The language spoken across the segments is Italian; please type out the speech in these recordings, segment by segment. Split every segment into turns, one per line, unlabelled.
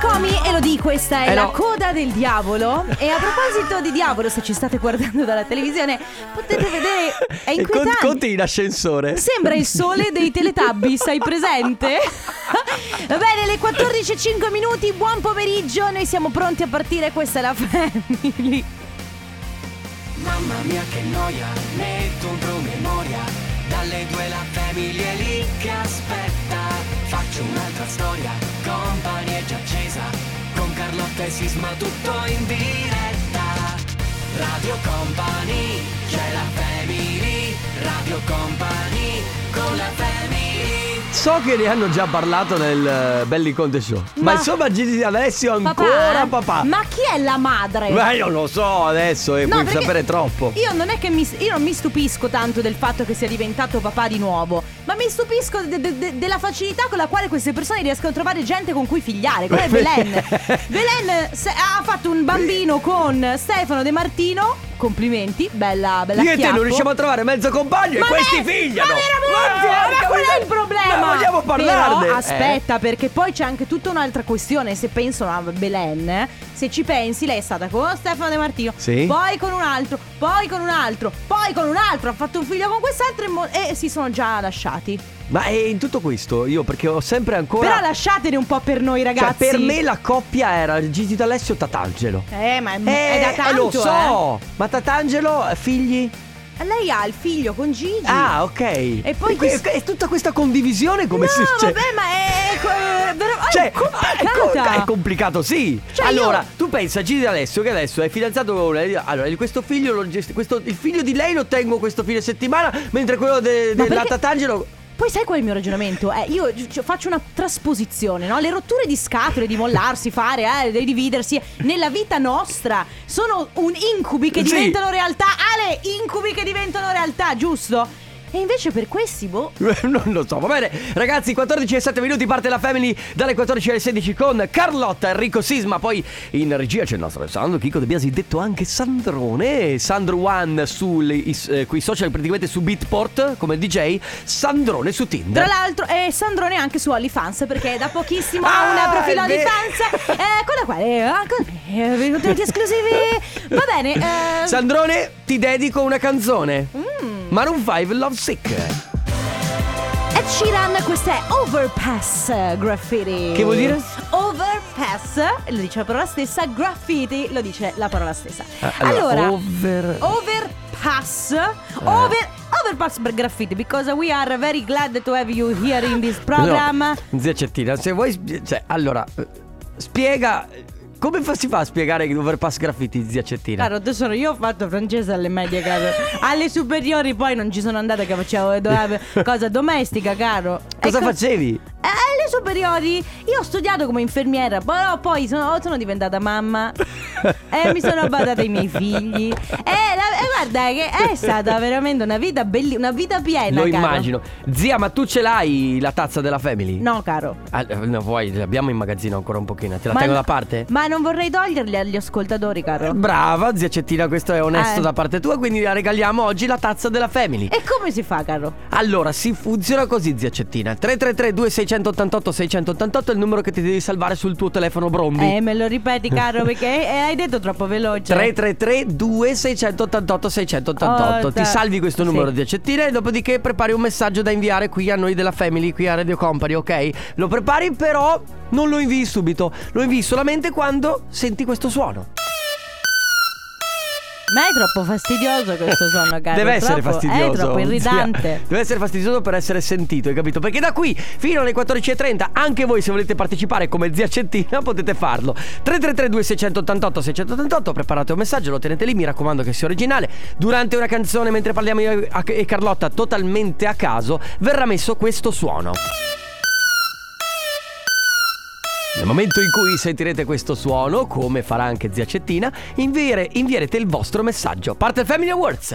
Comi Elodie, questa è
Eh,
la
no.
coda del diavolo. E a proposito di diavolo, se ci state guardando dalla televisione, potete vedere. È
E con-
inquietante.
Conti in ascensore.
Sembra il sole dei Teletubbies, sei presente? Va bene, le 14.05 minuti, buon pomeriggio, noi siamo pronti a partire, questa è la Family.
Mamma mia che noia, metto un promemoria Dalle due la famiglia è lì che aspetta Faccio un'altra storia, company è già accesa Con Carlotta e Sisma tutto in diretta Radio Company, c'è la family Radio Company, con la family
So che ne hanno già parlato nel eh, Belli Conte Show. Ma,
Ma-
insomma, Gigi Alessio ancora
Papà,
papà.
ma chi è la madre?
Ma io lo so adesso e puoi
perché
sapere troppo.
Io non è che mi, io non mi stupisco tanto del fatto che sia diventato papà di nuovo, ma mi stupisco de- de- de- della facilità con la quale queste persone riescono a trovare gente con cui figliare. Quella è Belen. Belen se- ha fatto un bambino con Stefano De Martino. Complimenti, bella, bella
Io e te
chiappo.
non riusciamo a trovare mezzo compagno
Ma
e questi
ver-
figliano.
Ma veramente? Ma,
porca
qual è
miseria.
il problema?
Ma vogliamo parlarne?
Però,
Eh.
aspetta, perché poi c'è anche tutta un'altra questione. Se penso a Belen, eh, se ci pensi, lei è stata con Stefano De Martino,
Sì.
poi con un altro, poi con un altro, poi con un altro. Ha fatto un figlio con quest'altro e, mo- e si sono già lasciati.
Ma è in tutto questo io perché ho sempre ancora
Però lasciatene un po' per noi,
Cioè,
ragazzi.
per me la coppia era Gigi D'Alessio e Tatangelo.
Eh, ma è, eh?
Eh,
è da tanto.
lo so, ma Tatangelo, figli?
eh. Lei ha il figlio con Gigi.
Ah, ok.
E poi
que-
chi-
è tutta questa condivisione come
no,
si cioè-
vabbè, ma è, è, co- è vero- è
Cioè,
complicata.
È, co- è complicato, sì.
Cioè,
allora,
io-
tu pensa a Gigi D'Alessio che adesso è fidanzato con una. Allora, questo figlio lo gest- questo- il figlio di lei lo tengo questo fine settimana, mentre quello de-
Ma
della
perché-
Tatangelo.
Poi sai qual è il mio ragionamento? Eh, io gi- gi- faccio una trasposizione, no? Le rotture di scatole, di mollarsi, fare, eh, di dividersi, nella vita nostra sono un incubi che
Sì.
diventano realtà. Ale, incubi che diventano realtà, giusto? E invece per questi, boh.
Eh, Non lo so, va bene. Ragazzi, 14 e 7 minuti parte la family dalle 14 alle 16 con Carlotta, Enrico Sisma. Poi in regia c'è il nostro Alessandro Chico De Biasi, detto anche Sandrone. Sandro One sui social, praticamente su Beatport come DJ. Sandrone su Tinder.
Tra l'altro, eh, Sandrone anche su OnlyFans perché da pochissimo
Ah,
ha una profilo
è vero.
OnlyFans eh, con la quale eh, con- eh, contenuti esclusivi. Va bene. eh,
Sandrone, ti dedico una canzone.
Mm.
Maroon 5 Love Sick.
Ed Sheeran, questa è Overpass eh, Graffiti.
Che vuol dire?
Overpass, lo dice la parola stessa, graffiti lo dice la parola stessa.
Ah, allora, over- Eh.
Overpass, over- Overpass Graffiti, because we are very glad to have you here in this program.
No, zia Cettina, se vuoi. spie- Cioè, allora, eh, spiega. Come fa- si fa a spiegare l'overpass graffiti, zia Cettina?
Caro tesoro, io ho fatto francese alle medie, caro. Alle superiori poi non ci sono andata che facevo dove- cosa domestica, caro.
Cosa
Ecco-
facevi?
Eh, Alle superiori io ho studiato come infermiera, però poi sono, sono diventata mamma e mi sono badata ai miei figli. E, la- e guarda che è stata veramente una vita bellissima, una vita piena.
Lo
caro.
immagino. Zia, ma tu ce l'hai la tazza della family?
No, caro.
Ah, eh, no, vuoi, l'abbiamo in magazzino ancora un pochino. Te la
Ma
tengo
no-
da parte?
Ma non vorrei toglierli agli ascoltatori, caro.
Brava, zia Cettina, questo è onesto
Eh.
da parte tua, quindi la regaliamo oggi la tazza della family.
E come si fa, caro?
Allora, si funziona così, zia Cettina. 333-2688-688 è il numero che ti devi salvare sul tuo telefono Brombi.
Eh, me lo ripeti, caro, perché eh, hai detto troppo veloce.
333 2688 688
Oh,
Ti
ta-
salvi questo
sì.
numero di accettina e dopodiché prepari un messaggio da inviare qui a noi della Family, qui a Radio Company, ok? Lo prepari però non lo invii subito, lo invii solamente quando senti questo suono.
Ma è troppo fastidioso questo sonno, caro.
Deve
È
essere
troppo-
fastidioso.
È troppo
zia.
irritante.
Deve essere fastidioso per essere sentito, hai capito? Perché da qui fino alle 14.30, anche voi se volete partecipare come zia Cettina, potete farlo. 333-2688-688, preparate un messaggio, lo tenete lì, mi raccomando che sia originale. Durante una canzone, mentre parliamo io e- e Carlotta totalmente a caso, verrà messo questo suono. Nel momento in cui sentirete questo suono, come farà anche zia Cettina, inviere- invierete il vostro messaggio. Parte il Family Awards!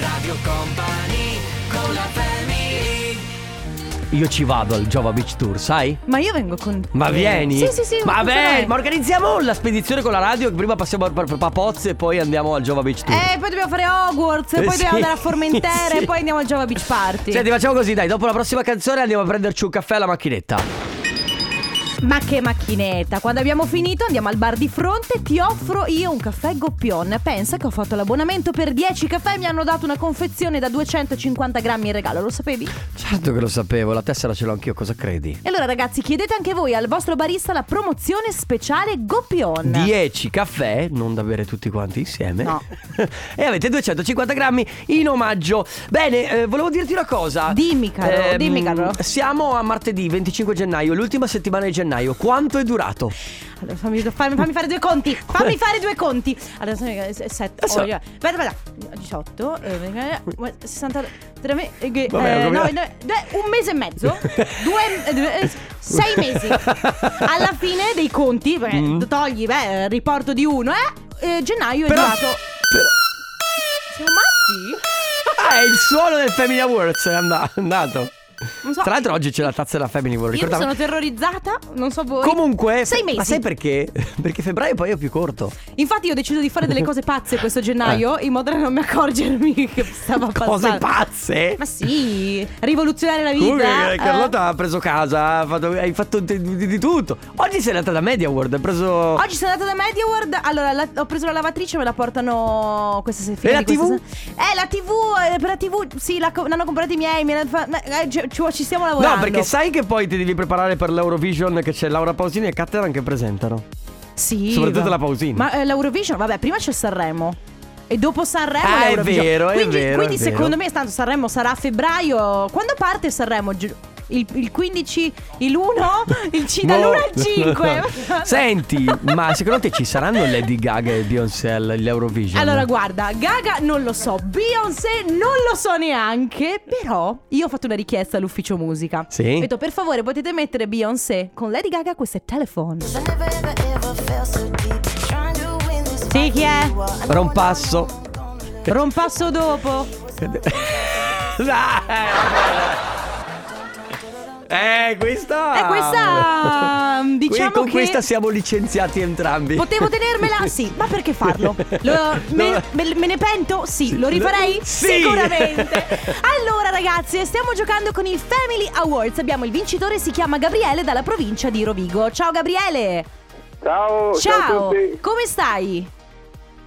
Radio Company, con la family
Io ci vado al Jova Beach Tour, sai?
Ma io vengo con.
Ma vieni?
Sì, sì, sì.
Ma bene,
bene
ma organizziamo la spedizione con la radio. che Prima passiamo a- per Papozze e poi andiamo al Jova Beach Tour.
Eh, poi dobbiamo fare Hogwarts,
Eh,
poi
sì.
dobbiamo andare a Formentera
Sì.
e poi andiamo al Java Beach Party.
Senti, facciamo così, dai. Dopo la prossima canzone andiamo a prenderci un caffè alla macchinetta.
Ma che macchinetta! Quando abbiamo finito andiamo al bar di fronte, ti offro io un caffè Goppion. Pensa che ho fatto l'abbonamento per 10 caffè e mi hanno dato una confezione da 250 grammi in regalo, lo sapevi?
Certo che lo sapevo, la tessera ce l'ho anch'io, cosa credi?
E allora ragazzi chiedete anche voi al vostro barista la promozione speciale Goppion.
10 caffè, non da bere tutti quanti insieme.
No.
e avete 250 grammi in omaggio. Bene, eh, volevo dirti una cosa. Ehm,
Dimmi, caro, dimmi, caro.
Siamo a martedì 25 gennaio, l'ultima settimana di gennaio. Quanto è durato?
Allora, fammi, fammi- fammi fare due conti. Fammi fare due conti. Allora, sono 7.
Adesso-
Aspetta, aspetta. 18, eh, 63, eh, eh,
Vabbè,
no,
come-
no, due- un mese e mezzo. due, eh, due- eh, sei mesi. Alla fine dei conti, beh,
Mm.
togli, beh, riporto di uno, eh. eh, gennaio è
Però-
durato. Siamo matti?
Ah, è il suono del Family Awards, è and- andato.
Non so.
Tra l'altro oggi c'è la tazza della Family Awards,
Io mi
ricordavo.
sono terrorizzata, non so voi.
Comunque,
sei mesi.
ma sai perché? Perché febbraio poi è più corto.
Infatti, io ho deciso di fare delle cose pazze questo gennaio in modo da non mi accorgermi che stava
Cose
passando.
pazze.
Ma sì, rivoluzionare la vita.
Comunque, eh,
eh.
Carlotta ha preso casa, ha fatto- hai fatto di, di- di tutto. Oggi sei andata da Media World, hai preso.
Oggi sono andata da Media World. Allora, la- ho preso la lavatrice, me la portano questa sera.
E la TV?
Eh, la TV, eh, per la TV, sì, la co- l'hanno comprata i miei. me la fa- ma, eh, ci, ci- ci stiamo lavorando.
No, perché sai che poi ti devi preparare per l'Eurovision che c'è Laura Pausini e Cateran che presentano.
Sì.
soprattutto
va-
la Pausini.
Ma eh, l'Eurovision, vabbè, prima c'è Sanremo. E dopo Sanremo
Ah, è
l'Eurovision.
vero, è
quindi,
vero,
Quindi
è
secondo
vero.
me, tanto Sanremo sarà a febbraio. Quando parte Sanremo? Gi- Il, il 15, il 1, il 5,
Boh.
dall'1 al 5.
Senti, ma secondo te ci saranno Lady Gaga e Beyoncé all'Eurovision?
Allora guarda, Gaga non lo so, Beyoncé non lo so neanche, però io ho fatto una richiesta all'ufficio musica.
Sì.
Ho detto per favore potete mettere Beyoncé con Lady Gaga questo è telephone. Sì, chi è?
Rompasso.
Rompasso dopo.
Eh, questa.
E questa mm,
Qui-
diciamo
con
che
questa siamo licenziati entrambi.
potevo tenermela? Sì, ma perché farlo? Lo- me,
No.
me- me ne pento? Sì, lo rifarei?
Sì.
Sicuramente. Allora ragazzi, stiamo giocando con il Family Awards. Abbiamo il vincitore, si chiama Gabriele dalla provincia di Rovigo. Ciao Gabriele.
Ciao, Oh, ciao, a tutti.
come stai?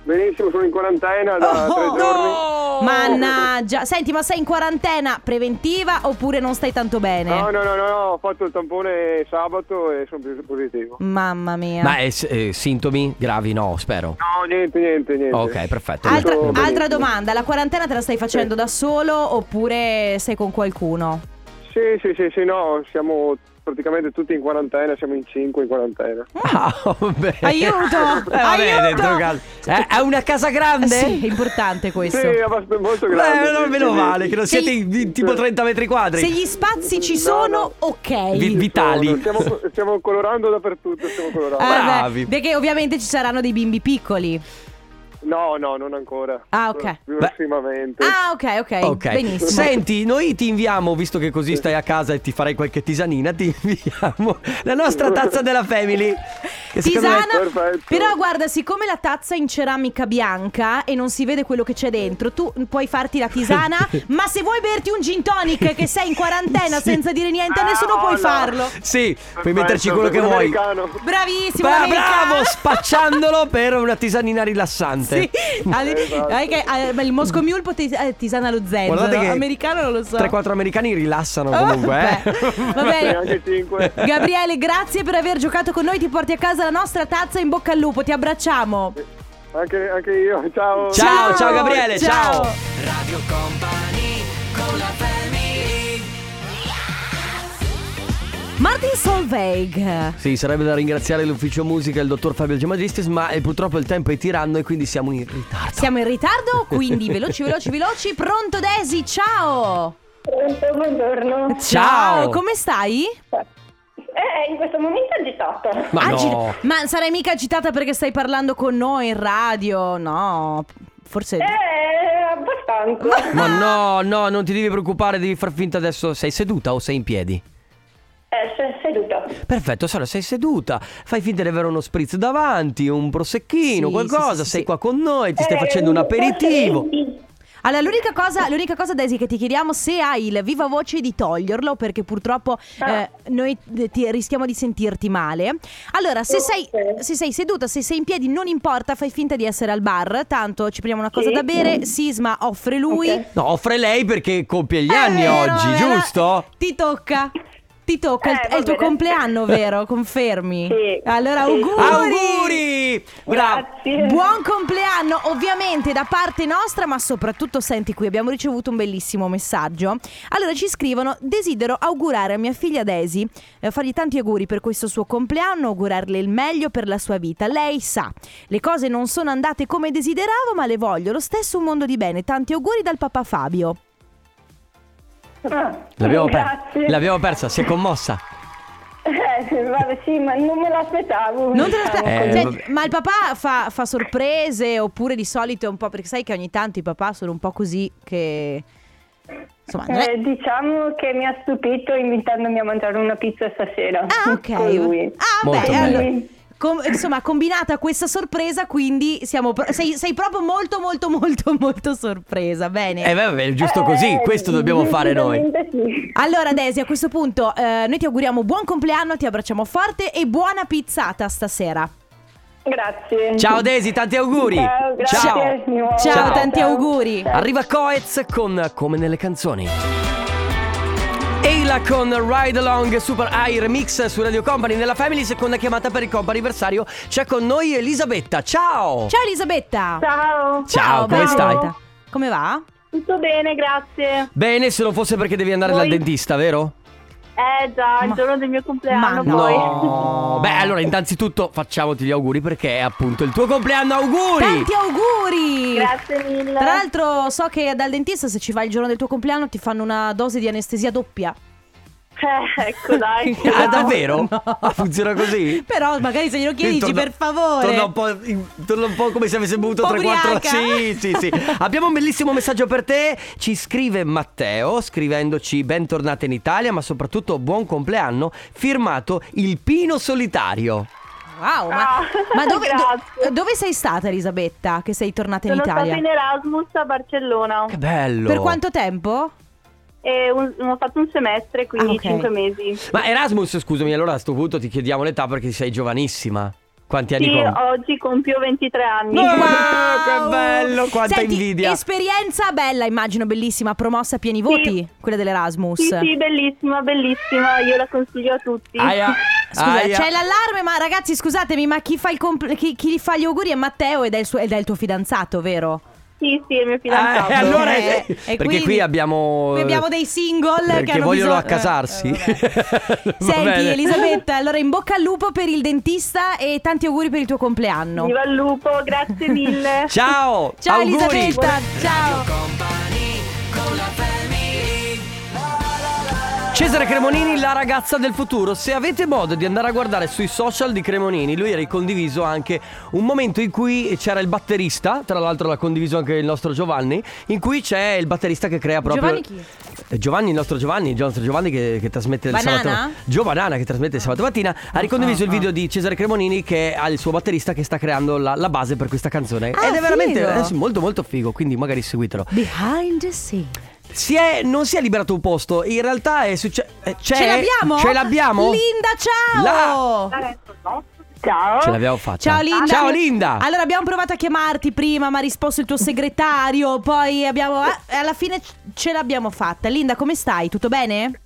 Benissimo, sono in quarantena da
Oh,
tre
no.
giorni. Oh.
Mannaggia, senti, ma sei in quarantena preventiva oppure non stai tanto bene?
No, no, no, no, no, ho fatto il tampone sabato e sono più positivo.
Mm.
Mamma mia.
Ma eh, s- eh, sintomi gravi? No, spero.
No, niente, niente, niente.
Ok, perfetto.
Altra,
Tutto bene.
altra domanda, la quarantena te la stai facendo da solo oppure sei con qualcuno?
Sì, sì, sì, sì, no, siamo praticamente tutti in quarantena, siamo in cinque in quarantena.
Ah, vabbè.
Aiuto,
Eh, vabbè,
aiuto. Eh,
dentro casa. Eh, è una casa grande?
Sì, è importante questo.
Sì, è abbastanza molto grande.
Beh, non
sì,
meno
sì,
male che non
Sì.
siete in- in tipo 30 metri quadri.
Se gli spazi ci
No,
sono,
no.
ok.
Vi- vi-
sì. Sono-
Vitali.
Stiamo, stiamo colorando dappertutto, stiamo colorando.
Eh, beh,
bravi.
perché ovviamente ci saranno dei bimbi piccoli.
No, no, non ancora.
Ah, ok.
Prossimamente.
Ah, ok, ok.
Ok,
Benissimo.
senti, noi ti inviamo, visto che così stai a casa e ti farei qualche tisanina, ti inviamo la nostra tazza della Family. Che secondo me-
Tisana,
Perfetto.
però guarda, siccome la tazza è in ceramica bianca e non si vede quello che c'è dentro, tu puoi farti la tisana, ma se vuoi berti un gin tonic che sei in quarantena
Sì.
senza dire niente a nessuno
Ah,
puoi
no.
farlo.
Sì, puoi
Perfetto,
metterci quello che
sono
vuoi.
americano.
Bravissimo,
Bra-
l'americano.
bravo, spacciandolo per una tisanina rilassante.
Sì. Ale-
Esatto.
eh, che- eh, ma il Mosco Mule pote- eh, tisana lo zenzero,
Guardate che
americano non lo so.
3-4 americani rilassano
Ah,
comunque. eh.
vabbè. Va bene.
Neanche cinque.
Gabriele, grazie per aver giocato con noi, ti porti a casa la nostra tazza in bocca al lupo, ti abbracciamo.
Anche, anche io, ciao.
Ciao, ciao, Gabriele, ciao.
Radio Company con la family
Martin Solveig.
Sì, sarebbe da ringraziare l'ufficio musica e il dottor Fabio Gemagistris, ma eh, purtroppo il tempo è tiranno e quindi siamo in ritardo.
Siamo in ritardo, quindi veloci, veloci, veloci. Pronto Desi, ciao!
Pronto, buongiorno.
Ciao.
come stai?
Eh, in questo momento è agitato.
Ma
Agi-
no.
Ma sarai mica agitata perché stai parlando con noi in radio? No, forse...
Eh, abbastanza.
Ma
Ah.
no, no, non ti devi preoccupare, devi far finta adesso. Sei seduta o sei in piedi?
Eh, se- seduto.
Perfetto, Sara, sei seduta. Fai finta di avere uno spritz davanti, un prosecchino,
Sì,
qualcosa.
sì, sì,
sei
sì.
qua con noi, ti stai
Eh,
facendo un
forse
aperitivo.
venti.
Allora, l'unica cosa, l'unica cosa, Daisy, che ti chiediamo se hai il viva voce di toglierlo, perché purtroppo
Ah.
eh, noi ti- rischiamo di sentirti male. Allora, se sei,
Ok.
se sei seduta, se sei in piedi, non importa, fai finta di essere al bar. Tanto ci prendiamo una cosa
Sì.
da bere. Sisma offre lui.
Ok.
No, offre lei perché compie gli
Eh, È
anni
vero,
oggi,
vabbè,
giusto?
Ti tocca. Ti tocca,
Eh,
è il- è
va
il tuo
bene.
compleanno, vero? Confermi?
Sì.
Allora,
Sì.
auguri!
Auguri! Bravo!
Grazie.
Buon compleanno ovviamente da parte nostra, ma soprattutto senti qui, abbiamo ricevuto un bellissimo messaggio. Allora ci scrivono, desidero augurare a mia figlia Daisy, eh, fargli tanti auguri per questo suo compleanno, augurarle il meglio per la sua vita. Lei sa, le cose non sono andate come desideravo, ma le voglio lo stesso un mondo di bene. Tanti auguri dal papà Fabio.
Ah,
L'abbiamo, per-
grazie.
l'abbiamo persa, si è commossa.
Eh, vabbè, sì, ma non me l'aspettavo.
Non te lo aspe-
Eh,
cioè,
vabbè.
ma il papà fa, fa sorprese oppure di solito è un po' perché sai che ogni tanto i papà sono un po' così che... Insomma, non è-
Eh, diciamo che mi ha stupito invitandomi a mangiare una pizza stasera.
Ah, ok.
Con lui.
Ah,
Molto
beh,
bene.
allora, com- insomma, combinata questa sorpresa, quindi siamo pro- sei, sei proprio molto, molto, molto, molto sorpresa. Bene.
E Eh, vabbè, è giusto così,
Eh,
questo dobbiamo fare noi.
decisamente sì.
Allora, Daisy, a questo punto eh, noi ti auguriamo buon compleanno, ti abbracciamo forte e buona pizzata stasera.
Grazie.
Ciao Daisy, tanti auguri!
Ciao, grazie.
Ciao.
Di nuovo.
Ciao,
Ciao.
tanti
Ciao.
auguri.
Arriva Coez con Come nelle canzoni. Eila con Ride Along Super High Remix su Radio Company nella Family, seconda chiamata per il compa anniversario. C'è con noi Elisabetta. Ciao!
Ciao Elisabetta.
Ciao.
Ciao, come stai?
Come va?
Tutto bene, grazie.
Bene, se non fosse perché devi andare
Voi?
dal dentista, vero?
Eh già,
Ma-
il giorno del mio compleanno
ma
poi.
No.
Beh, allora intanzitutto facciamoti gli auguri perché è appunto il tuo compleanno. Auguri!
Tanti auguri.
Grazie mille.
Tra l'altro so che dal dentista se ci vai il giorno del tuo compleanno ti fanno una dose di anestesia doppia.
Eh, ecco dai.
Ah,
speriamo.
davvero?
No.
Ah, funziona così?
Però magari se glielo chiedi dici
Quindi torna-
per favore.
Torna un, po', in- torna un po' come se avesse bevuto
Un po'
3-4
ubriaca.
Sì, sì, sì. Abbiamo un bellissimo messaggio per te. Ci scrive Matteo scrivendoci bentornata in Italia, ma soprattutto buon compleanno. Firmato il Pino Solitario.
Wow, ma,
Ah,
ma dove, do-
grazie.
dove sei stata Elisabetta che sei tornata in
Sono
Italia?
stata in Erasmus a Barcellona
Che bello!
Per quanto tempo?
e un- ho fatto un semestre, quindi
Ah, ok.
5 mesi.
Ma Erasmus, scusami, allora a sto punto ti chiediamo l'età perché sei giovanissima. Quanti anni
Sì,
compi?
oggi compio 23 anni.
No! Eh,
Wow!
che bello, quanta
Senti,
invidia.
Esperienza bella, immagino bellissima, promossa a pieni voti, quella dell'Erasmus.
Sì, sì, bellissima, bellissima, io la consiglio a tutti.
Aia,
Scusa,
aia. Eh,
c'è l'allarme, ma ragazzi, scusatemi, ma chi fa, il compl- chi, chi fa gli auguri è Matteo ed è il, suo- ed è il tuo fidanzato, vero?
Sì, sì, è il mio
Eh,
fidanzato.
allora,
Eh,
eh,
e
perché
quindi-
qui abbiamo,
qui abbiamo dei single
perché
che hanno
vogliono
bisogno-
accasarsi.
eh,
Va
Senti,
bene.
Elisabetta, allora in bocca al lupo per il dentista e tanti auguri per il tuo compleanno.
Viva il lupo, grazie mille.
Ciao,
Ciao
auguri.
Elisabetta, ciao.
Cesare Cremonini, la ragazza del futuro. Se avete modo di andare a guardare sui social di Cremonini, lui ha ricondiviso anche un momento in cui c'era il batterista, tra l'altro l'ha condiviso anche il nostro Giovanni, in cui c'è il batterista che crea proprio...
Giovanni chi?
Eh, Giovanni, il nostro Giovanni, il nostro Giovanni che, che trasmette il
Banana?
sabato. Giovanana che trasmette il sabato mattina, ha ricondiviso
ah,
il video di Cesare Cremonini che ha il suo batterista che sta creando la, la base per questa canzone.
Ah,
Ed è veramente
figo.
eh, molto molto figo, quindi magari seguitelo.
Behind the scene.
Si è- non si è liberato un posto, in realtà è successo.
Ce l'abbiamo?
Ce l'abbiamo?
Linda, ciao!
La-
Ciao.
Ce l'abbiamo fatta.
Ciao Linda.
Ciao Linda.
Allora abbiamo provato a chiamarti prima, ma ha risposto il tuo segretario, poi abbiamo eh, alla fine c- ce l'abbiamo fatta. Linda, come stai? Tutto bene?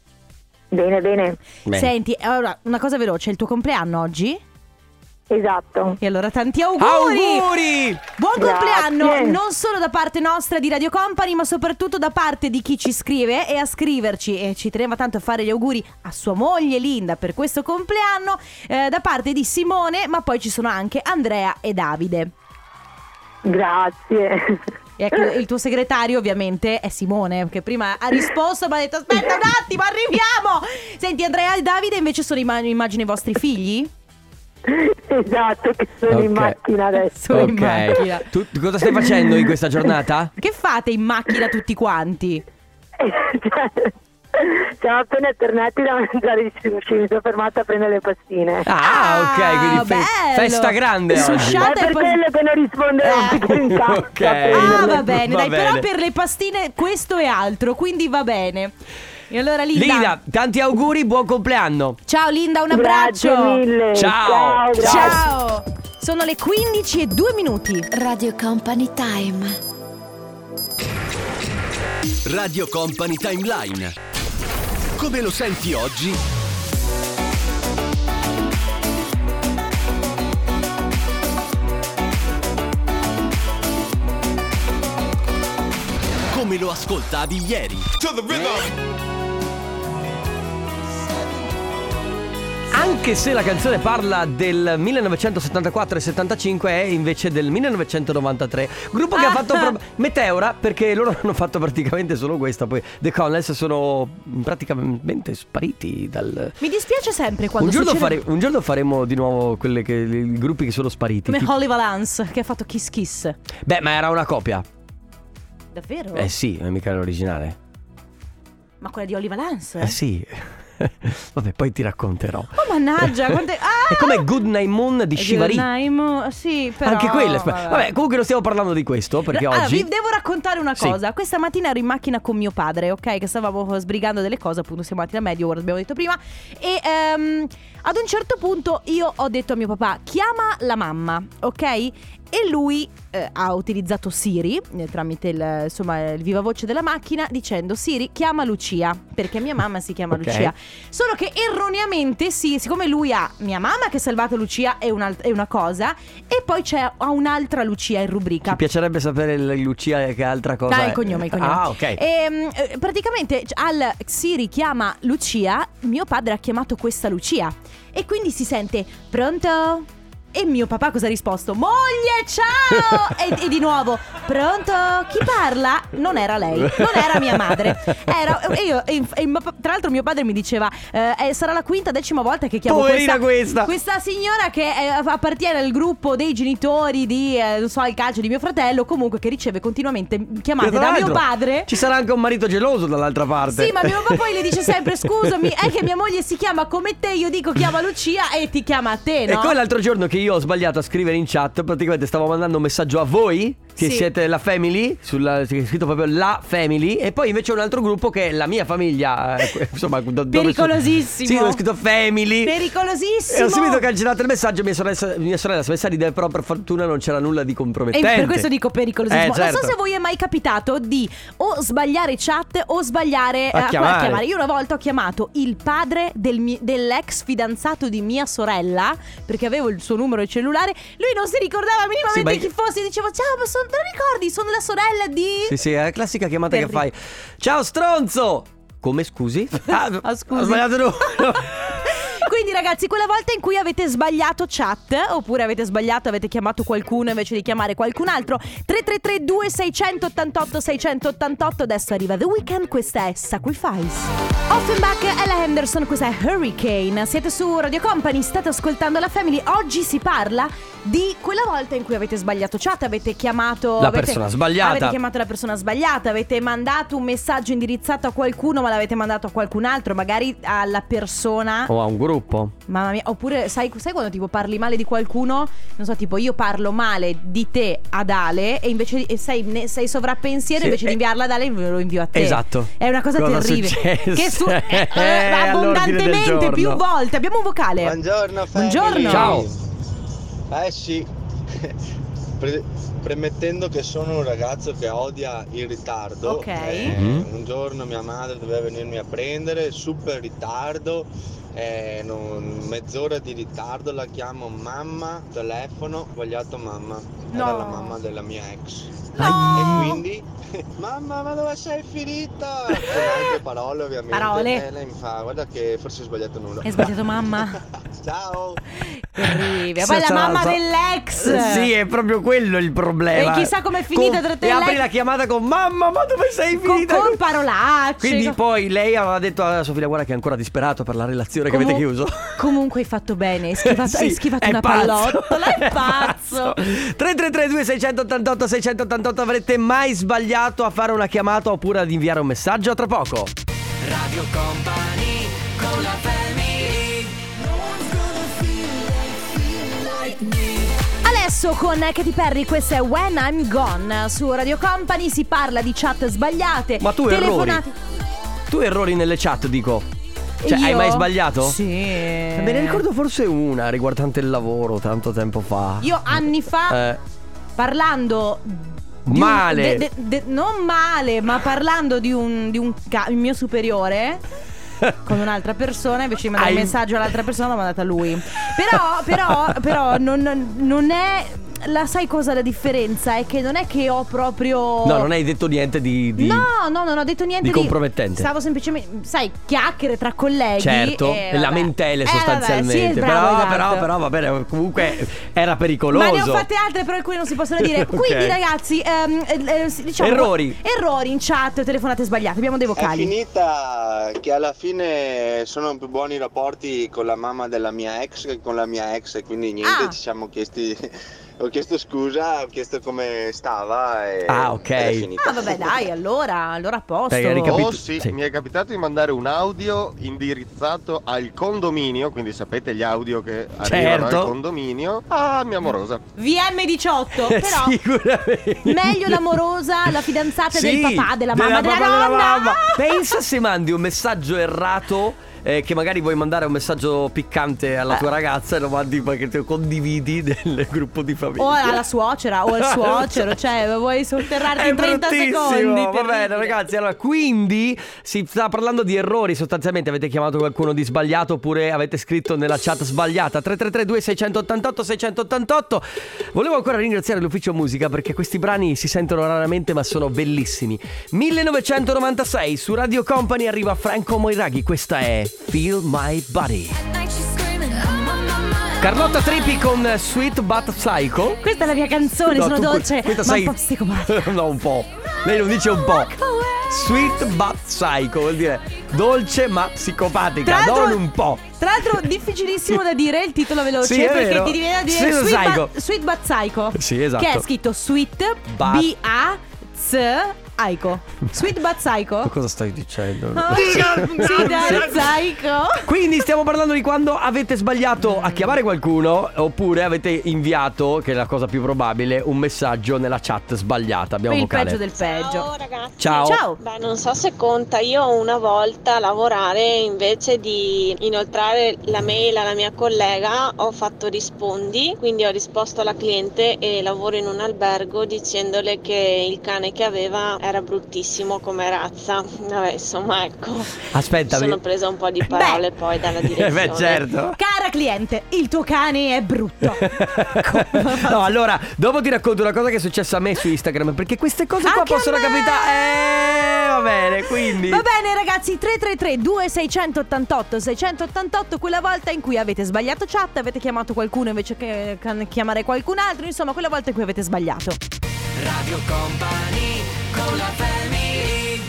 Bene, bene,
Bene.
Senti, allora una cosa veloce, è il tuo compleanno oggi?
esatto.
E allora tanti
Auguri!
Buon
Grazie.
compleanno non solo da parte nostra di Radio Company, ma soprattutto da parte di chi ci scrive e a scriverci. E ci teneva tanto a fare gli auguri a sua moglie Linda per questo compleanno, eh, da parte di Simone, ma poi ci sono anche Andrea e Davide.
Grazie.
E ecco, il tuo segretario ovviamente è Simone, che prima ha risposto, ma ha detto aspetta un attimo, arriviamo! Senti, Andrea e Davide invece sono imma- immagino i vostri figli?
esatto, che sono in
Ok.
macchina adesso.
Sono in macchina.
Ok. Tu cosa stai facendo in questa giornata?
Che fate in macchina tutti quanti?
Siamo appena tornati da mangiare di sushi, mi sono fermata a prendere le pastine.
Ah, ok, quindi fe-
bello.
festa grande
Sushi
oggi.
Sciate
È per
poi-
quello che non rispondevo
Eh.
perché in tasca
Ok.
a
Ah,
prenderle.
va bene,
Va
dai,
bene.
però per le pastine questo è altro, quindi va bene. E allora Linda,
Lina, tanti auguri, buon compleanno.
ciao Linda, un
Grazie
abbraccio.
mille.
Ciao.
Ciao, grazie.
Ciao. Sono le 15 e 2 minuti.
Radio Company Time.
Radio Company Timeline. Come lo senti oggi? Come lo ascoltavi ieri?
Anche se la canzone parla del 1974 e 75 è invece del 1993. Gruppo che ha
Ah.
fatto pro- Meteora perché loro hanno fatto praticamente solo questa, poi The Connells sono praticamente spariti dal
Mi dispiace sempre quando
un giorno,
succede
fare- un giorno faremo di nuovo quelle che- i gruppi che sono spariti.
come
Tipo-
Holly Valance che ha fatto Kiss Kiss.
Beh, ma era una copia.
Oh. Davvero?
Eh sì, non è mica l'originale.
Ma quella di Holly Valance?
Eh sì. Vabbè, poi ti racconterò.
Oh mannaggia, quante ah!
È come Good Night Moon di Shivari.
Naimo, Eh, sì, però
Anche quella. Vabbè. comunque non stiamo parlando di questo perché
allora,
oggi.
vi devo raccontare una
Sì.
cosa. Questa mattina ero in macchina con mio padre, ok? Che stavamo sbrigando delle cose, appunto, siamo andati a medio, ora abbiamo detto prima. E ehm, ad un certo punto io ho detto a mio papà: chiama la mamma, ok? E lui eh, ha utilizzato Siri eh, tramite il, insomma, il viva voce della macchina dicendo Siri chiama Lucia perché mia mamma si chiama
Ok.
Lucia. Solo che erroneamente sì, siccome lui ha mia mamma che ha salvato Lucia è, un'alt- è una cosa e poi c'è ha un'altra Lucia in rubrica.
Ci piacerebbe sapere l- Lucia che altra cosa.
Ah,
è.
il cognome, il cognome.
Ah, ok.
Ehm, eh, praticamente c- al Siri chiama Lucia, mio padre ha chiamato questa Lucia. E quindi si sente pronto? E mio papà cosa ha risposto? Moglie, ciao! e, e di nuovo, pronto? Chi parla? Non era lei, non era mia madre. Era, e io, e inf- e mio pa- tra l'altro mio padre mi diceva, eh, eh, sarà la quinta, decima volta che chiamo
Poverina questa.
questa signora che eh, appartiene al gruppo dei genitori di, eh, non so, al calcio di mio fratello, comunque che riceve continuamente chiamate
Tra
da mio
l'altro,
padre.
Ci sarà anche un marito geloso dall'altra parte.
Sì, ma mio papà poi le dice sempre scusami, è che mia moglie si chiama come te, io dico chiama Lucia e ti chiama a te,
E
no?
come l'altro giorno che io ho sbagliato a scrivere in chat, praticamente stavo mandando un messaggio a voi, che
Sì.
siete la family, sulla, c'è scritto proprio la family, e poi invece un altro gruppo che è la mia famiglia, eh, que- insomma... do- dove
Pericolosissimo.
sono- Sì, dove ho scritto family.
Pericolosissimo.
E ho subito cancellato il messaggio, mia sorella, mia sorella si è messa a ridere, però per fortuna non c'era nulla di
E
compromettente.
per questo dico pericolosissimo.
Eh, certo.
Non so se a voi è mai capitato di o sbagliare chat o sbagliare
A
eh,
chiamare.
Io una volta ho chiamato il padre del mi- dell'ex fidanzato di mia sorella perché avevo il suo numero di cellulare. Lui non si ricordava minimamente
Sì, ma-
chi fossi. Dicevo, ciao, ma sono- te lo ricordi? Sono la sorella di.
Sì, sì, è la classica chiamata che
Terri-
fai. Ciao stronzo! Come scusi? Ah,
Ah, scusi.
Ho sbagliato no.
Quindi ragazzi, quella volta in cui avete sbagliato chat oppure avete sbagliato, avete chiamato qualcuno invece di chiamare qualcun altro, 3332 688 688, adesso arriva The Weeknd, questa è Sacrifice. Offenbach e la Henderson, questa è Hurricane. Siete su Radio Company, state ascoltando la Family. Oggi si parla di quella volta in cui avete sbagliato chat, avete chiamato
La
avete-
persona sbagliata.
Avete chiamato la persona sbagliata, avete mandato un messaggio indirizzato a qualcuno, ma l'avete mandato a qualcun altro, magari alla persona
O a un gruppo.
Mamma mia, oppure sai, sai quando tipo parli male di qualcuno? Non so, tipo io parlo male di te ad Ale e invece e sei, ne- sei sovrappensiero,
Sì,
invece
eh,
di inviarla ad Ale lo invio a te.
Esatto.
È una cosa,
Cosa
terribile.
successe?
Che su- eh,
Eh,
eh,
all'ordine del
abbondantemente,
giorno.
più volte. Abbiamo un vocale.
Buongiorno, family.
Buongiorno.
Ciao.
Eh sì, Pre- premettendo che sono un ragazzo che odia il ritardo.
Ok.
eh,
Mhm.
un giorno mia madre doveva venirmi a prendere, super ritardo, eh, non- mezz'ora di ritardo, la chiamo mamma, telefono, sbagliato mamma. Era
No.
la mamma della mia ex.
No.
E quindi, mamma, ma dove sei finita? Con altre parole ovviamente.
Parole.
E lei mi fa, guarda che forse ho sbagliato nulla.
Hai sbagliato mamma?
Ciao.
Terribile. Poi la mamma dell'ex.
Sì, è proprio quello il problema.
E chissà com'è finita tra te
E
e
apri
lei.
la chiamata con mamma, ma dove sei
Con,
finita?
con parolacce.
Quindi
con-
poi lei aveva detto a sua figlia guarda che è ancora disperato per la relazione che avete
Comu-
chiuso.
Comunque hai fatto bene, hai schivato,
Sì,
hai schivato
è
una
pazzo.
pallottola, è pazzo.
3332 688 688 avrete mai sbagliato a fare una chiamata oppure ad inviare un messaggio A tra poco.
Radio Company con la family
Adesso con Katy Perry, questa è When I'm Gone. Su Radio Company si parla di chat sbagliate.
Ma tu errori.
telefonate.
Tu errori nelle chat, dico. Cioè, hai
Io?
mai sbagliato?
Sì.
Eh, Me ne ricordo forse una riguardante il lavoro tanto tempo fa.
Io anni fa,
Eh,
parlando. di un-
Male.
de- de- de- non male, ma parlando di un, di un ca- il mio superiore. Con un'altra persona invece di mandare
Hai-
un messaggio all'altra persona l'ho mandato a lui. Però, però, però non, non è. La sai cosa la differenza? È che non è che ho proprio.
No, non hai detto niente di. di-
No, no, non ho detto niente
di compromettente.
Stavo semplicemente, sai, chiacchiere tra colleghi.
Certo,
e vabbè.
lamentele
Eh, vabbè, sì,
sostanzialmente.
bravo,
però,
esatto.
però, però, va bene, comunque era pericoloso.
Ma ne ho fatte altre, però alcune non si possono dire. Quindi,
Ok.
ragazzi, ehm, eh, eh, diciamo
Errori.
Errori in chat, telefonate sbagliate. Abbiamo dei
È
vocali.
finita che alla fine sono più buoni i rapporti con la mamma della mia ex che con la mia ex, quindi niente,
Ah.
ci siamo chiesti. Ho chiesto scusa, ho chiesto come stava e
Ah, ok.
ed è finita.
Ah, vabbè, dai, allora, allora a posto.
Dai, ricapit-
Oh
Capito-
sì,
sì.
mi è capitato di mandare un audio indirizzato al condominio, quindi sapete gli audio che arrivano
Certo.
al condominio, Ah, mia amorosa.
VM18,
Eh,
però.
Sicuramente.
Meglio l'amorosa, la fidanzata del
Sì,
papà, della mamma, della,
papà, della
nonna.
mamma. Pensa se mandi un messaggio errato. eh, che magari vuoi mandare un messaggio piccante alla
Eh.
tua ragazza e lo mandi perché te lo condividi nel gruppo di famiglia.
O alla suocera o al suocero, cioè vuoi sotterrarti
È
in 30
bruttissimo.
secondi.
Va bene,
terribile.
ragazzi. Allora, quindi si sta parlando di errori sostanzialmente. Avete chiamato qualcuno di sbagliato oppure avete scritto nella chat sbagliata 3332 688 688. Volevo ancora ringraziare l'ufficio musica perché questi brani si sentono raramente ma sono bellissimi. 1996 su Radio Company arriva Franco Moiraghi. Questa è Feel My Body. Carlotta Trippi con Sweet But Psycho.
Questa è la mia canzone,
No,
sono
tu-
dolce, ma
questa
un
sei-
po' Ecco, psicopatica.
no, un po'. Lei non dice un po'.
eh.
Sweet but psycho vuol dire dolce ma psicopatica, non un po'.
Tra l'altro difficilissimo da dire il titolo veloce
Sì, è
perché
vero.
ti viene da dire
Sweet
Sweet,
Psycho.
But- Sweet But Psycho.
Sì, esatto.
Che è scritto Sweet
But-
B A Z Aiko. Sweet But Psycho.
Cosa stai dicendo?
Oh, sì, dai, Psycho.
Quindi stiamo parlando di quando avete sbagliato a chiamare qualcuno oppure avete inviato, che è la cosa più probabile, un messaggio nella chat sbagliata. Abbiamo
Il
vocale.
peggio del peggio.
ragazzi.
Ciao.
Ciao.
Beh, non so se conta, io una volta a lavorare invece di inoltrare la mail alla mia collega ho fatto rispondi, quindi ho risposto alla cliente e lavoro in un albergo dicendole che il cane che aveva era bruttissimo come razza. Vabbè, insomma, ecco.
Aspetta,
sono
mi-
presa un po' di parole poi dalla direzione.
Eh Beh, certo.
Cara cliente, il tuo cane è brutto.
no, allora, dopo ti racconto una cosa che è successa a me su Instagram, perché queste cose qua
Anche a
possono
me!
capitare. Eh, va bene, quindi.
Va bene ragazzi, 333 2688 688 quella volta in cui avete sbagliato chat, avete chiamato qualcuno invece che can- chiamare qualcun altro, insomma quella volta in cui avete sbagliato.
Radio Company con la family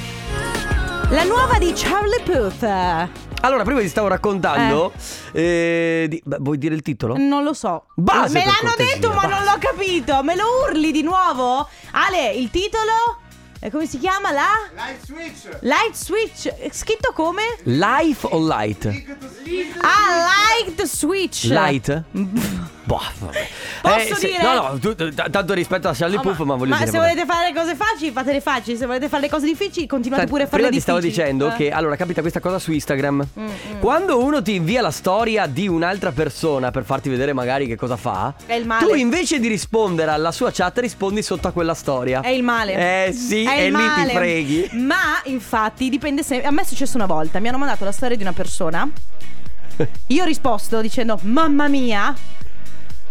La nuova di Charlie Puth.
Allora, prima ti stavo raccontando. eh, Mm. di- beh, vuoi dire il titolo?
Non lo so.
Base,
Me
per
l'hanno
cortesia,
detto ma
base.
non l'ho capito. Me lo urli di nuovo? Ale, il titolo? E come si chiama la? Light Switch. Light Switch. È Scritto come?
Life o light?
Ah, Light Switch.
Cioè. Light? Boh, vabbè.
Posso
se-
dire?
No, no, tu- t- tanto rispetto a Charlie
Ah,
Puff, ma voglio dire.
se
vabbè.
volete fare le cose facili, fatele facili. Se volete fare le cose difficili, continuate
Senti,
pure a farle
Cioè, prima ti stavo
difficili.
dicendo
Eh.
che allora capita questa cosa su Instagram. Quando uno ti invia la storia di un'altra persona per farti vedere magari che cosa fa,
È il male.
tu invece di rispondere alla sua chat rispondi sotto a quella storia.
È il male.
Eh sì,
È
e
il
lì
male.
ti freghi.
Ma infatti dipende se. A me è successo una volta. Mi hanno mandato la storia di una persona. Io ho risposto dicendo: Mamma mia.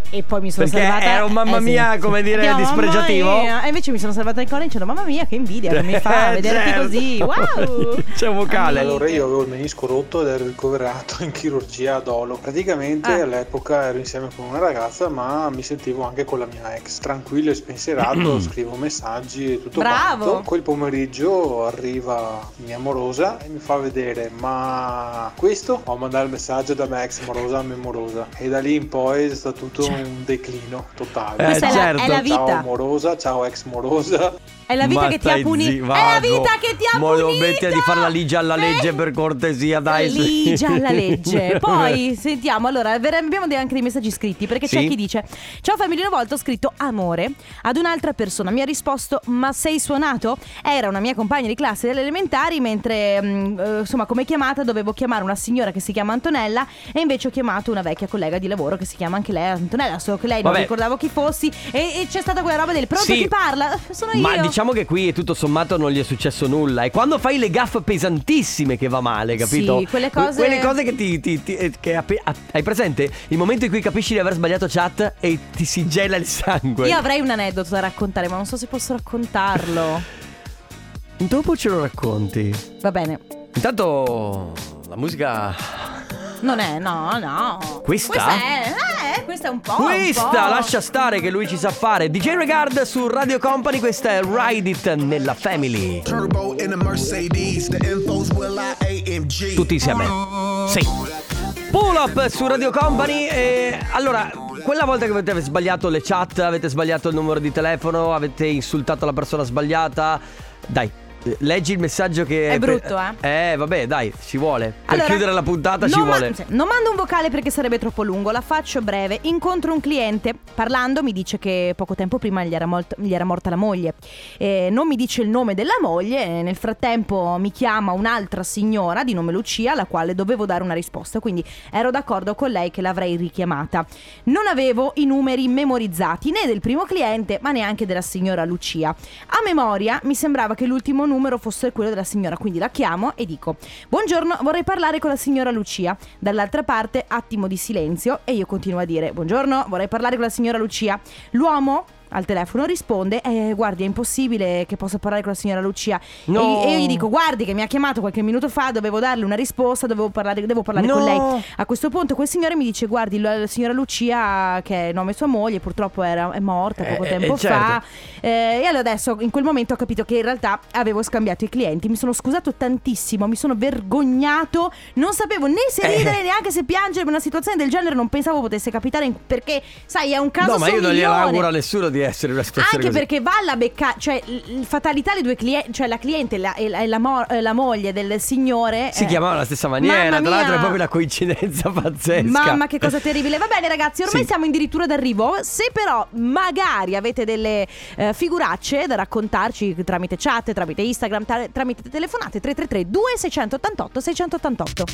E poi mi sono
Perché
salvata.
era un mamma
eh, sì.
mia, come dire,
Dicevo, "Mamma
dispregiativo".
mia. E invece mi sono salvata ancora dicendo: Mamma mia, che invidia che mi fa
Eh,
vederti
certo.
così. Wow.
C'è un vocale.
Allora
Io avevo il menisco rotto ed ero ricoverato in chirurgia ad Olo. Praticamente
Ah.
all'epoca ero insieme con una ragazza, ma mi sentivo anche con la mia ex. Tranquillo e spensierato, scrivo messaggi e tutto
Bravo.
quanto. Quel pomeriggio arriva mia morosa e mi fa vedere, ma questo? Ho mandato il messaggio da mia ex morosa a mia morosa. E da lì in poi è stato tutto un declino totale.
Eh, Questa è la- certo. è la
Ciao
Cioè. vita.
morosa, ciao ex morosa.
È la vita
Ma
che ti ha
stai zi-
punito. È la
vago.
vita che ti ha
Ma devo
punito. Eh?
smettere di fare la ligia alla legge per cortesia, dai. su.
Ligia alla legge. Poi sentiamo, allora ver- abbiamo dei- anche dei messaggi scritti perché c'è
Sì.
chi dice: Ciao famiglia, una volta ho scritto amore ad un'altra persona. Mi ha risposto: Ma sei suonato? Era una mia compagna di classe delle elementari, mentre mh, eh, insomma, come chiamata dovevo chiamare una signora che si chiama Antonella e invece ho chiamato una vecchia collega di lavoro che si chiama anche lei Antonella. Solo che lei
Vabbè.
non ricordavo chi fossi e, e c'è stata quella roba del pronto
Sì.
chi parla? Sono io.
Ma diciamo che qui tutto sommato non gli è successo nulla. E quando fai le gaffe pesantissime che va male, capito?
Sì, quelle cose-
Quelle cose che ti. ti- ti- eh, che appe- a- hai presente? Il momento in cui capisci di aver sbagliato chat e ti si gela il sangue.
Io avrei un aneddoto da raccontare, ma non so se posso raccontarlo.
Dopo ce lo racconti.
Va bene.
Intanto. La musica.
Non è, no, no.
Questa?
è, eh, questa è un po'. un
Questa
po'.
lascia stare che lui ci sa fare. DJ Regard su Radio Company, questa è Ride It nella Family.
Turbo in a Mercedes, the info's will I AMG.
Tutti insieme. Sì. Pull up su Radio Company. E allora, quella volta che avete sbagliato le chat, avete sbagliato il numero di telefono, avete insultato la persona sbagliata. Dai, eh, leggi il messaggio che.
È brutto,
eh. Eh, vabbè, dai, ci vuole. Per
Allora,
chiudere la puntata ci
non ma-
vuole.
sì, non mando un vocale perché sarebbe troppo lungo, la faccio breve. Incontro un cliente, parlando mi dice che poco tempo prima gli era, molt- gli era morta la moglie. Eh, non mi dice il nome della moglie, eh, nel frattempo mi chiama un'altra signora di nome Lucia, alla quale dovevo dare una risposta, quindi ero d'accordo con lei che l'avrei richiamata. Non avevo i numeri memorizzati né del primo cliente, ma neanche della signora Lucia. A memoria mi sembrava che l'ultimo numero fosse quello della signora, quindi la chiamo e dico: Buongiorno, vorrei parlare con la signora Lucia. Dall'altra parte, attimo di silenzio e io continuo a dire: Buongiorno, vorrei parlare con la signora Lucia. L'uomo al telefono risponde: eh, Guardi, è impossibile che possa parlare con la signora Lucia. E
No.
gli- E, io gli dico: Guardi, che mi ha chiamato qualche minuto fa, dovevo darle una risposta, dovevo parlare, devo parlare con
No.
lei. A questo punto, quel signore mi dice: Guardi, la, la signora Lucia, che è nome sua moglie, purtroppo era, è morta poco
Eh, eh,
tempo
certo.
fa. Eh, e allora adesso in quel momento ho capito che in realtà avevo scambiato i clienti, mi sono scusato tantissimo, mi sono vergognato, non sapevo né se
Eh.
ridere neanche se piangere, ma una situazione del genere non pensavo potesse capitare in- perché sai è un caso
no, ma io
su
non glielo
milioni.
auguro a nessuno di essere in una situazione
Anche
così.
perché va alla becca, cioè l- fatalità le due clienti, cioè la cliente e la, e la- e la mo- e la moglie del signore
Si
eh,
chiamava alla stessa maniera,
Mamma
tra l'altro è
mia.
proprio una coincidenza pazzesca. Eh.
Mamma che cosa terribile. Va bene ragazzi, ormai
Sì.
siamo addirittura d'arrivo. Se però magari avete delle eh, figuracce da raccontarci tramite chat, tramite Instagram, tra- tramite telefonate 333 2688 688.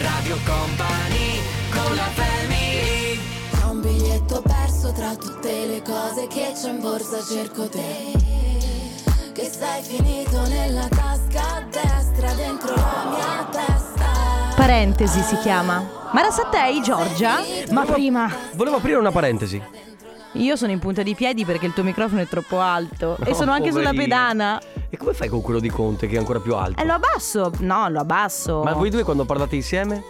Radio Company con la family
Ho un biglietto perso tra tutte le cose che c'ho in borsa, cerco te. Che sei finito nella tasca a destra, dentro la mia testa.
Parentesi si chiama. Mara Sattei, Giorgia. Ma prima
Volevo aprire una parentesi.
io sono in punta di piedi perché il tuo microfono è troppo alto e
No,
sono anche sulla
Oh, poverino.
pedana.
E come fai con quello di Conte che è ancora più alto?
E lo abbasso? No, lo abbasso.
Ma voi due quando parlate insieme?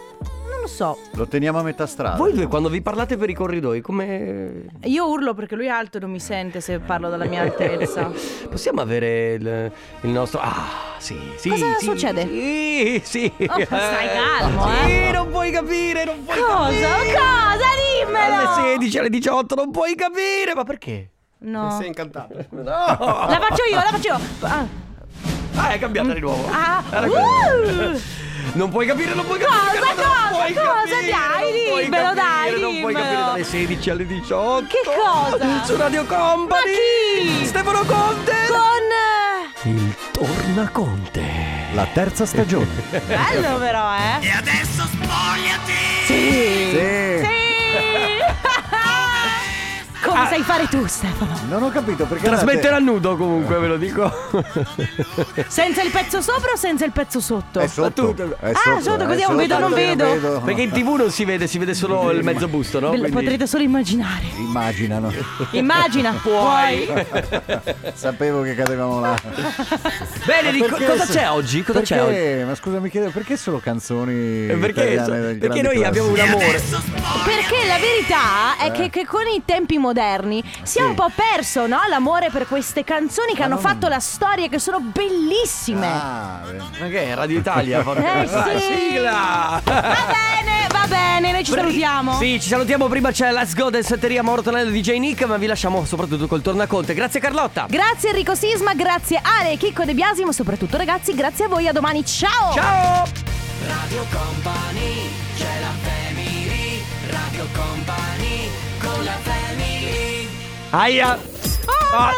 Non lo so.
Lo teniamo a metà strada.
Voi due quando vi parlate per i corridoi come...
Io urlo perché lui è alto e non mi sente se parlo dalla mia altezza.
Possiamo avere il, il nostro... Ah, sì, sì.
Cosa
sì,
succede?
Sì, sì.
Oh, stai calmo,
Sì,
eh.
non puoi capire, non puoi
Cosa?
capire.
Cosa? Dimmelo!
Alle 16, alle 18, non puoi capire. Ma perché?
No.
incantato. No.
La faccio io, la faccio io. Ah,
Ah, è cambiata di nuovo.
ah,
Era
uh!
così. non puoi capire, non puoi capire.
Cosa, cosa,
non puoi
cosa?
capire,
Dai,
non puoi
dimmelo,
capire,
dai,
Non puoi capire
dimmelo.
dalle 16 alle 18.
Che cosa?
Su Radio Company.
chi?
Stefano Conte.
Con...
Il Tornaconte.
La terza stagione.
Bello però, eh. E adesso spogliati. Sì.
Sì.
Sì.
Ah.
Come sai fare tu, Stefano?
Non ho capito perché.
Trasmetterà a nudo comunque, ve lo dico.
Senza il pezzo sopra o senza il pezzo sotto?
È sotto. eh,
Tu-
È
Ah, sotto, così
è
non vedo, non
così
vedo.
Perché in tv non si vede, si vede solo il mezzo busto, no?
Ve-
Quindi-
Potrete solo immaginare.
Immaginano.
Immagina. Puoi.
Sapevo che cadevamo là.
Bene, di co-
Perché
cosa
se-
c'è oggi? Cosa c'è oggi?
perché- Ma scusa, mi chiedo perché solo canzoni.
Eh, perché-
italiane del
perché
grandi
noi abbiamo un
classici?
amore.
Perché la verità
Eh.
è che, che con i tempi moderni si è un po' perso no? l'amore per queste canzoni che hanno fatto la storia e che sono bellissime.
Ah,
Ma che è? Radio Italia? porca-
Eh, sì.
Eh Sigla!
Va Eh bene, noi ci salutiamo.
Sì, ci salutiamo. Prima c'è Let's Go del Setteria Mauro Tonello di DJ Nick, ma vi lasciamo soprattutto col tornaconte. Grazie Carlotta.
Grazie Enrico Sisma, grazie Ale, Chicco De Biasi, ma soprattutto ragazzi, grazie a voi, a domani, ciao!
Ciao!
Radio Company, c'è la family, Radio Company, con la family.
Aia! Ah.
Oh, mamma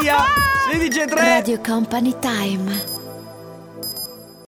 mia!
Aia! 16 e 3.
Radio Company Time.